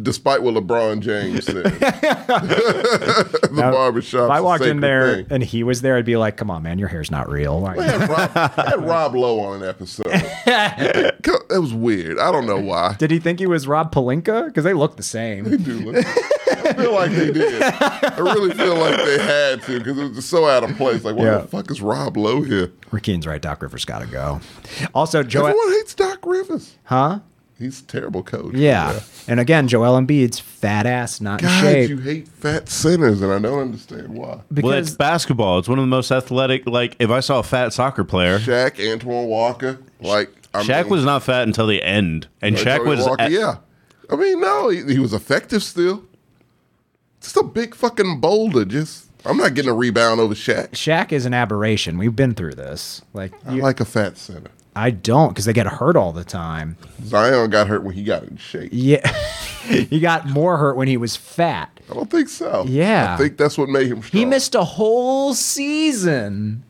Despite what LeBron James
[laughs]
said. [laughs] the barbershop.
If I walked in there and he was there, I'd be like, "Come on, man, your hair's not real." Like,
They had Rob, they had Rob Lowe on an episode. It was weird. I don't know why.
[laughs] Did he think he was Rob Palinka? Because they look the
[laughs]
same.
Doolittle. I feel like they did. I really feel like they had to because it was just so out of place. Like, why
Yeah.
the fuck is Rob Lowe here?
Rickin's right. Doc Rivers got to go. Also, Joel.
Everyone hates Doc Rivers.
Huh?
He's a terrible coach.
Yeah. And again, Joel Embiid's fat ass, not in
God,
shape.
you hate fat sinners, and I don't understand why.
Well, it's
because
basketball. It's one of the most athletic. Like if I saw a fat soccer player,
Shaq, Antoine Walker, like I
Shaq
mean,
was not fat until the end, and
Antoine
Shaq was
Walker,
at-
yeah. I mean, no, he, he was effective still. Just a big fucking boulder. Just I'm not getting a rebound over Shaq.
Shaq is an aberration. We've been through this. Like,
I like a fat center.
I don't because they get hurt all the time.
Zion got hurt when he got in shape.
Yeah, [laughs] he got more hurt when he was fat.
I don't think so.
Yeah.
I think that's what made him. Strong.
He missed a whole season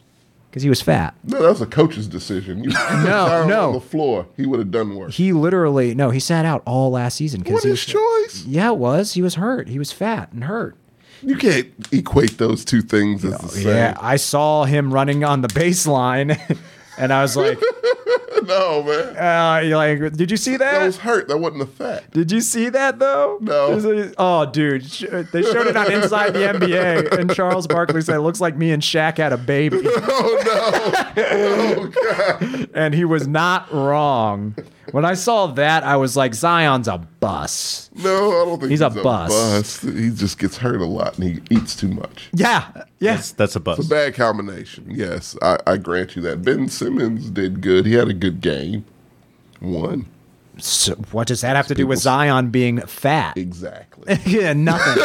because he was fat.
No, that was a coach's decision.
[laughs]
You
No,
Zion
no.
On the floor, he would have done worse.
He literally no, he sat out all last season because
What
he
his
was
choice?
yeah, it was he was hurt. He was fat and hurt.
You can't equate those two things as the
[laughs]
same. [laughs]
Yeah, I saw him running on the baseline, and I was like,
[laughs] no, man.
Uh, you're like, did you see
That was
that?
hurt. That wasn't a fact.
Did you see that though?
No.
There's a- oh, dude, sh- they showed it on Inside the NBA, and Charles Barkley said, "Looks like me and Shaq had a baby,"
[laughs] Oh
[laughs]
no. oh god.
and he was not wrong. When I saw that, I was like, "Zion's a bus."
No, I don't think
He's
he's,
a
a,
bust.
bust. He just gets hurt a lot and he eats too much.
Yeah, yes.
That's a
It's
bust.
a bad combination. Yes, I, I grant you that. Ben Simmons did good. He had a good game. One.
So what does that have to do with
People's-
Zion being fat?
Exactly.
[laughs] yeah, nothing.
[laughs]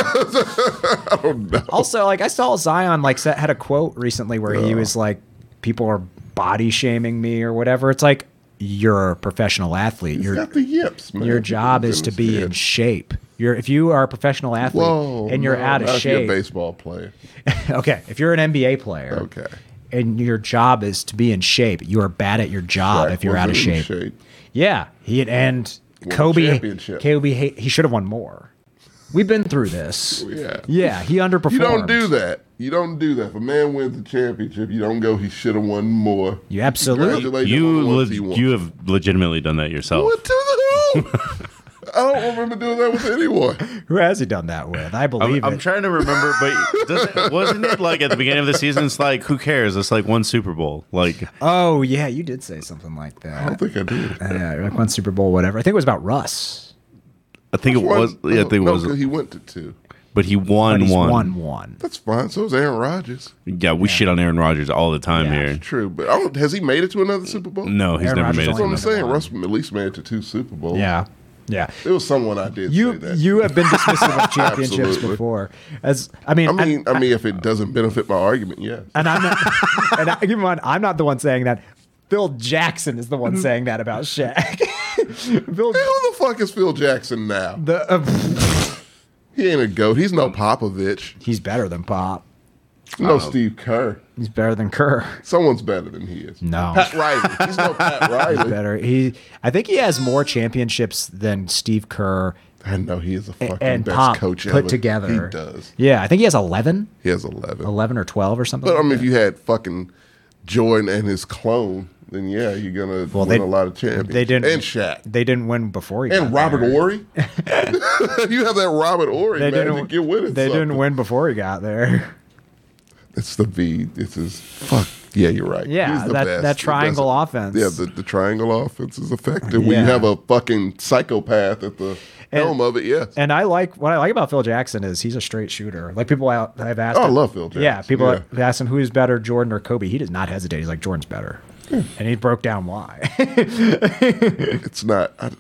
oh, no.
Also, like I saw Zion like set, had a quote recently where he was like, "People are body shaming me or whatever." It's like you're a professional athlete.
He's
Your
got the yips, man.
your job is to be in shape. You're if you are a professional athlete
Whoa.
and you're
no,
out of
not if you're a
shape.
baseball player.
[laughs] okay, if you're an NBA player,
Okay.
and your job is to be in shape, you are bad at your job
Shaq
if you're out of
was in
shape. Yeah, he had, and
a
Kobe.
championship.
Kobe, he, he should have won more. We've been through this.
Oh, Yeah.
Yeah, he underperformed.
You don't do that. You don't do that. If a man wins a championship, you don't go, he should have won more.
You absolutely
Congratulate him
You
on what
leg-
he won.
you have legitimately done that yourself.
What to the
[laughs]
I don't remember doing that with anyone.
Who has he done that with? I believe
I'm, I'm
it.
trying to remember, but [laughs] doesn't, wasn't it like at the beginning of the season? It's like who cares? It's like one Super Bowl. Like
oh yeah, you did say something like
I don't
that.
think I did.
Yeah, like one Super Bowl, whatever. I think it was about Russ.
I think it was.
One-
Yeah, I think it
no,
was.
'cause he went to two.
But he
But
won
he's
one.
won one.
That's fine. So is Aaron Rodgers.
Yeah, we shit on Aaron Rodgers all the time
Yeah.
here.
True, but I don't, has he made it to another Super Bowl?
No, he's
Aaron
never
Rodgers
made it.
That's
to
what I'm
another-
saying. Russ at least made it to two Super Bowls.
Yeah, yeah.
It was someone I did say
You
that.
you have been dismissive of championships
Absolutely.
before. As I mean,
I mean, I, mean, if it doesn't benefit my argument, yes.
and I'm not, and I, keep in mind, I'm not the one saying that. Phil Jackson is the
Mm-hmm.
one saying that about Shaq. [laughs] Phil,
Hey, who the fuck is Phil Jackson now?
the, uh,
He ain't a goat. He's no Popovich.
he's better than Pop. Uh,
No Steve Kerr.
He's better than Kerr.
Someone's better than he is. [laughs]
No.
Pat Riley. He's no Pat
[laughs]
Riley.
better. He, I think he has more championships than Steve Kerr
I know he is a fucking
and
best
Pop
coach
put
ever.
together.
He does.
Yeah, I think he has 11,
He has 11.
11 or twelve or something.
But I
like
mean, if
that.
you had fucking Jordan and his clone, then yeah, you're gonna
Well,
win
they-
a lot of champions.
they didn't
and Shaq
[laughs] they didn't win before he
and
got
Robert
there. [laughs]
Ory. [laughs] you have that Robert Ory
They
man.
didn't.
you're winning.
they
something.
didn't win before he got there. [laughs]
It's the V. This is fuck. Yeah, you're right.
Yeah,
He's the
that-
best.
that
He
triangle
doesn't-
offense.
Yeah, the, the triangle offense is effective when
Yeah.
you have a fucking psychopath at the
And-
helm of it. Yes.
And I like what I like about Phil Jackson is he's a straight shooter. Like people out, I've asked.
Oh, I love Phil Jackson.
Yeah, people
Yeah.
have asked him who's better, Jordan or Kobe. He does not hesitate. He's like Jordan's better,
Hmm.
and he broke down why. [laughs]
it's not. I,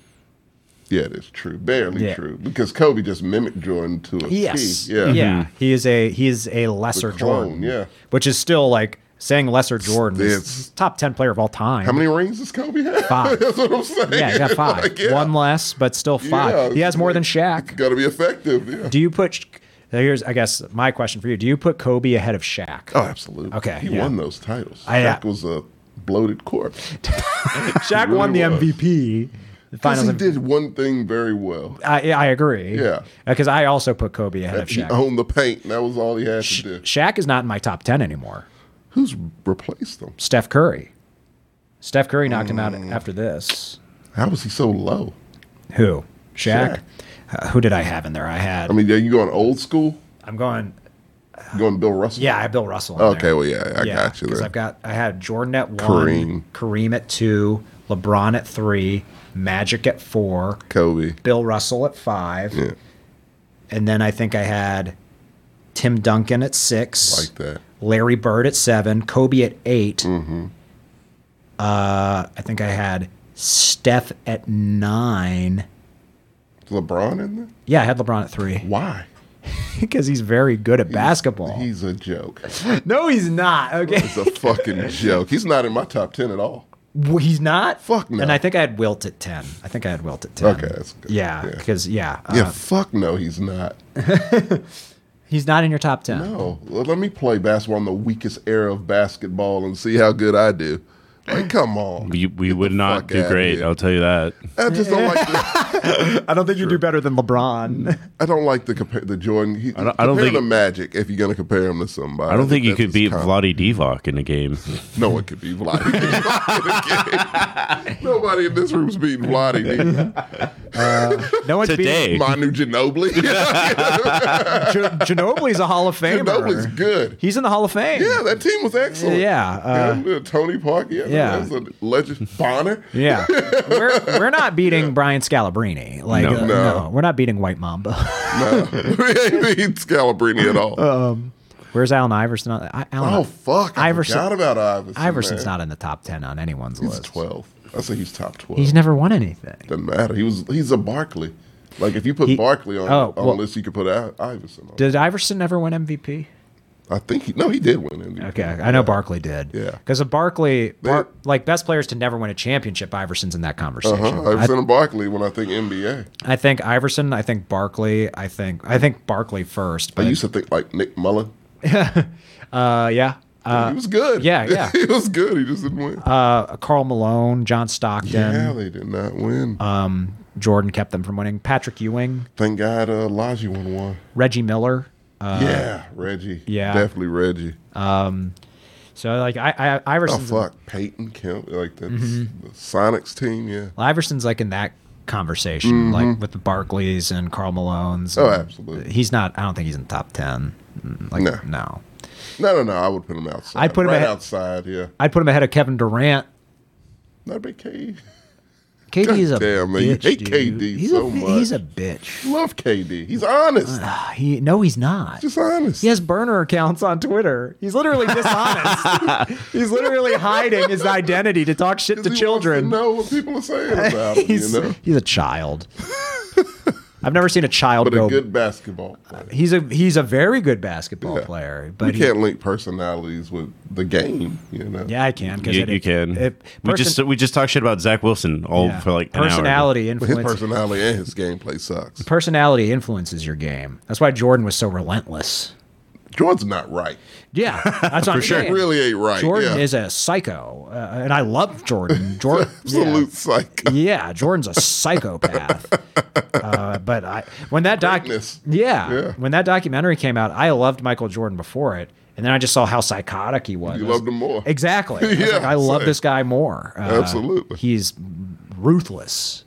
yeah, it is true. Barely
Yeah.
true because Kobe just mimicked Jordan to a T.
yes.
Yeah.
He is a he is a lesser
The clone,
Jordan.
yeah.
Which is still like saying lesser Jordan
it's-
is top ten player of all time.
How many rings does Kobe have? [laughs]
Five.
That's what I'm saying.
Yeah, he's got five.
[laughs] Like, yeah.
One less, but still five.
Yeah,
he has more than
It's
Shaq.
got to be effective. Yeah.
Do you put? Sh- Here's I guess my question for you: Do you put Kobe ahead of Shaq?
oh, absolutely.
Okay,
He
yeah.
won those titles.
I- uh,
Shaq was a bloated corpse.
[laughs] Shaq
really
won the
was.
MVP. The
Because
finals.
he
MVP.
did one thing very well.
I, I agree.
Yeah.
Because I also put Kobe ahead of
He
Shaq.
owned the paint. and That was all he had
Sh-
to do.
Shaq is not in my top 10 anymore.
Who's replaced him?
Steph Curry. Steph Curry knocked him out
Mm.
after this.
How was he so low?
Who? Shaq?
Shaq.
Uh, who did I have in there? I had.
I mean, are you going old school?
I'm going.
You going Bill Russell?
Yeah, I have Bill Russell. in
Okay,
there.
well, yeah, I
yeah,
got you
Because
there.
I've got. I had Jordan at one,
Kareem.
Kareem at two, LeBron at three, Magic at four,
Kobe.
Bill Russell at five,
Yeah,
and then I think I had Tim Duncan at six.
like that.
Larry Bird at seven, Kobe at 8 Uh, I think I had Steph at nine.
LeBron in there?
Yeah, I had LeBron at three
Why?
because he's very good at basketball.
He's a joke.
no, he's not. Okay,
He's a
[laughs]
fucking joke. He's not in my top ten at all.
Well, he's not.
Fuck no.
And I think I had Wilt at ten. I think I had Wilt at ten.
Okay, that's good.
Yeah,
Yeah.
because yeah, uh,
Yeah, fuck no, he's not.
he's not in your top ten.
No, well, let me play basketball in the weakest era of basketball and see how good I do. Like, come on.
We, we would not
fuck
do
outta
great.
here.
I'll tell you that. [laughs]
I just don't like. The,
I don't think you do better than LeBron.
I don't like the compare the Jordan. He, I
don't- I don't
compare
think-
the Magic if you're going to compare him to somebody.
I don't think you could
that's his
beat
comp.
Vladi Divac in a [laughs] game.
No one could beat
[laughs]
Vladi. Nobody in this room's beating Vladi.
No one's
Today.
Manu Ginobili. [laughs]
beating- Gin- Ginobili's a Hall of Famer.
Ginobili's good.
He's in the Hall of Fame.
Yeah, that team was excellent.
Yeah, uh,
Him, uh, Tony Parker. Yeah,
yeah.
that's a legend. Bonner.
Yeah. we're, we're not beating Brian Scalabrine. Like,
No.
uh,
No.
no, we're not beating White Mamba. [laughs]
No, [laughs] we ain't beat Scalabrini at all.
Uh, Where's Allen Iverson? on- I, Allen,
oh fuck! I
Iverson-
forgot about Iverson.
Iverson's
man.
not in the top 10 on anyone's
He's
list.
twelve. I say he's top twelve.
He's never won anything.
Doesn't matter. He was. He's a Barkley. Like if you put
He-
Barkley on
oh,
on
well-
this, you could put I- Iverson on.
Did Iverson ever win MVP?
I think he. No, he did win MVP.
Okay, I know Barkley did.
Yeah.
because of Barkley, Bar-
They-
like best players to never win a championship, Iverson's in that conversation.
Uh-huh. Iverson and Barkley. When I think NBA,
I, I think Iverson. I think Barkley. I think I think Barkley first.
I
But,
used to think like Nick Mullen.
uh, yeah, uh,
he was good.
yeah, yeah.
[laughs] he was good. He just didn't win.
uh, um, Carl Malone, John Stockton,
yeah, they did not win.
uh, Jordan kept them from winning. Patrick Ewing,
Thank God, uh, Laji won one.
Reggie Miller.
yeah, Reggie.
uh, yeah.
definitely Reggie.
So like I, I
Oh
Iverson's
fuck, Peyton Kemp, like that's
Mm-hmm.
the Sonics team. Yeah.
Iverson's like in that conversation, like with the Barclays and Carl Malones.
Mm-hmm. Oh,
and-
absolutely.
He's not. I don't think he's in the top ten. Mm, Like
No.
no.
No, no, no. I would put him outside.
I'd put him
right
ahead-
outside. Yeah,
I'd put him ahead of Kevin Durant.
not a big KD.
KD's a
Damn, man, you
bitch,
hate
dude.
KD
he's
so
a,
much.
He's a bitch.
Love KD. He's honest.
Ah, He no, he's not.
Just honest.
He has burner accounts on Twitter. He's
[laughs]
literally dishonest. he's literally hiding his identity to talk shit to
He
children.
Wants to know what people
[laughs]
are saying about him.
he's,
you know,
he's a child. I've never seen a child
but
go.
a good basketball player.
he's a he's a very good basketball
Yeah.
player,
You
Uh, but he-
can't link personalities with the game. You know.
yeah, I can because
You, you can. we just we just talked shit about Zach Wilson all
yeah.
for like an hour.
personality
His
influences
personality and his gameplay sucks.
personality influences your game. That's why Jordan was so relentless.
Jordan's not right.
Yeah, [laughs] that's what I'm
He
saying.
really ain't right.
Jordan
yeah.
is a psycho, uh, and I love
[laughs]
Jordan. Jordan,
absolute
Yeah.
psycho.
Yeah, Jordan's a
[laughs]
psychopath. uh, but I, when that doc,
Greatness.
yeah,
Yeah.
when that documentary came out, I loved Michael Jordan before it, and then I just saw how psychotic he was.
You loved him more. [laughs]
exactly. I, was
Yeah,
like, I love
same.
this guy more. Uh,
Absolutely.
he's ruthless.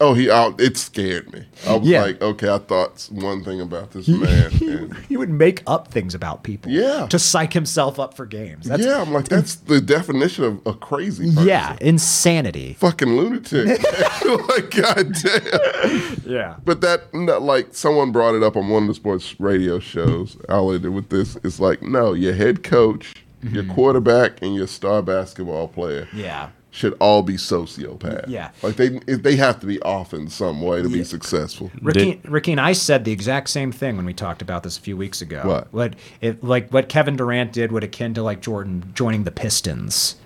Oh, he out. It scared me. I was
Yeah.
like, okay, I thought one thing
[laughs]
about this man. and-
He would make up things about people,
Yeah.
to psych himself up for games. That's
yeah, I'm like, that's the definition of a crazy person.
yeah, insanity.
Fucking lunatic.
[laughs]
[laughs] like, goddamn.
Yeah.
But that, no, like, someone brought it up on one of the sports radio shows. I'll end it with this. It's like, no, your head coach, your quarterback, and your star basketball player
Mm-hmm. Yeah.
should all be sociopaths.
Yeah.
Like, they they have to be off in some way to be successful.
Ricky, Ricky and I said the exact same thing when we talked about this a few weeks ago.
What?
it, like what Kevin Durant did would akin to like Jordan joining the Pistons.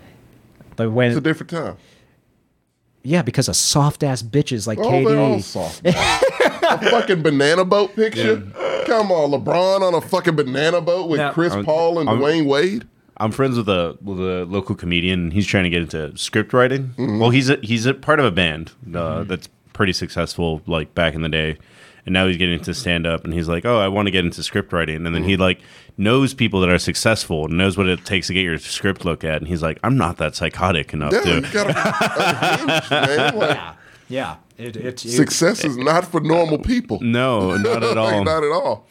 Like when
It's a different time.
yeah, because of soft ass bitches like
Oh, they're all
KD.
soft. a fucking banana boat picture. Come on, LeBron on a fucking banana boat with
Now-
Chris Paul and Dwayne Wade.
I'm friends with a with a local comedian. and He's trying to get into script writing. Well, he's a, he's a part of a band uh, that's pretty successful, like back in the day. And now he's getting into stand up, and he's like, "Oh, I want to get into script writing." And then he like knows people that are successful and knows what it takes to get your script looked at. And he's like, "I'm not that psychotic enough
Yeah,
to."
you gotta
[laughs]
unhinged, man. Like,
[laughs] Yeah, yeah. It, it, it-
Success is not for normal people.
No, not at all.
[laughs] Like, not at all.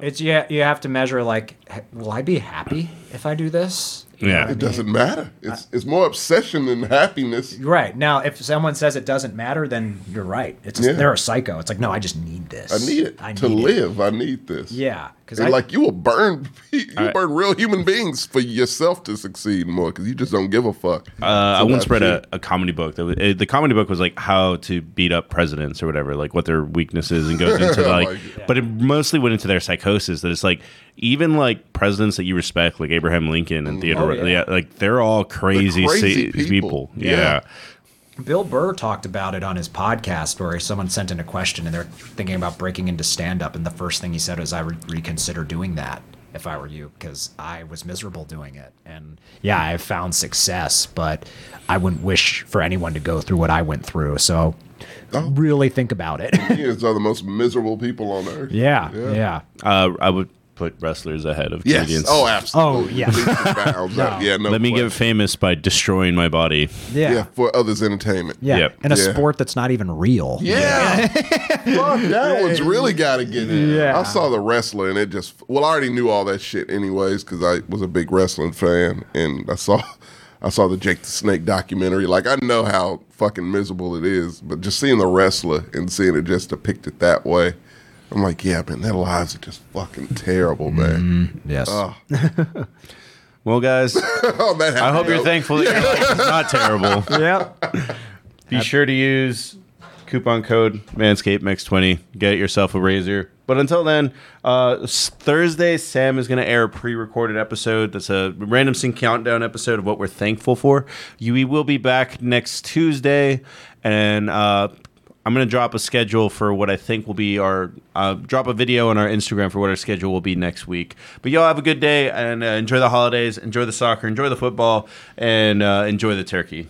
it's yeah. You have to measure like, h- will I be happy if I do this?
yeah,
It doesn't matter. It's it's more obsession than happiness.
Right now, if someone says it doesn't matter, then you're right. It's
Yeah.
they're a psycho. It's like no, I just need this.
I need it
I
to
need it.
live. I need this.
Yeah, because
And
I
like you will burn, [laughs] you burn real human beings for yourself to succeed more because you just don't give a fuck.
Uh, I
So
once
that's
read
you.
a, a comedy book. That was, it, the comedy book was like how to beat up presidents or whatever, like what their weaknesses and goes
[laughs]
into
I
like,
like
but it mostly went into their psychosis. That it's like even like presidents that you respect, like Abraham Lincoln and Theodore,
yeah.
yeah. like they're all crazy,
Mm, oh, crazy
sa- people.
people.
Yeah.
Yeah.
Bill Burr talked about it on his podcast where someone sent in a question and they're thinking about breaking into stand up. And the first thing he said was, I re- reconsider doing that. if I were you, because I was miserable doing it. And yeah, I found success, but I wouldn't wish for anyone to go through what I went through. So
Oh.
really think about it. [laughs]
Comedians are the most miserable people on earth.
yeah, yeah.
Uh, I would put wrestlers ahead of
Yes.
comedians.
Oh, absolutely.
Oh, yeah. [laughs]
yeah. Yeah. No
Let me
question.
get famous by destroying my body.
Yeah.
Yeah.
Yeah.
for others' entertainment.
Yep.
In a
Yeah.
sport that's not even real.
Yeah. Fuck, that one's really got to get in.
Yeah.
I saw The Wrestler and it just, well, I already knew all that shit anyways because I was a big wrestling fan and I saw. [laughs] I saw the Jake the Snake documentary. Like, I know how fucking miserable it is, but just seeing the wrestler and seeing it just depicted that way, I'm like, yeah, man, their lives are just fucking terrible,
Mm-hmm.
man.
Mm-hmm. Yes.
Uh,
Well, guys,
[laughs] Oh, that
I hope
[laughs]
you're thankful that your life is not terrible.
Yep.
Be sure to use coupon code ManscapedMix20. Get yourself a razor. But until then, uh, s- Thursday, Sam is going to air a pre recorded episode that's a random sync countdown episode of what we're thankful for. You, we will be back next Tuesday, and uh, I'm going to drop a schedule for what I think will be our uh, drop a video on our Instagram for what our schedule will be next week. But y'all have a good day and uh, enjoy the holidays, enjoy the soccer, enjoy the football, and uh, enjoy the turkey.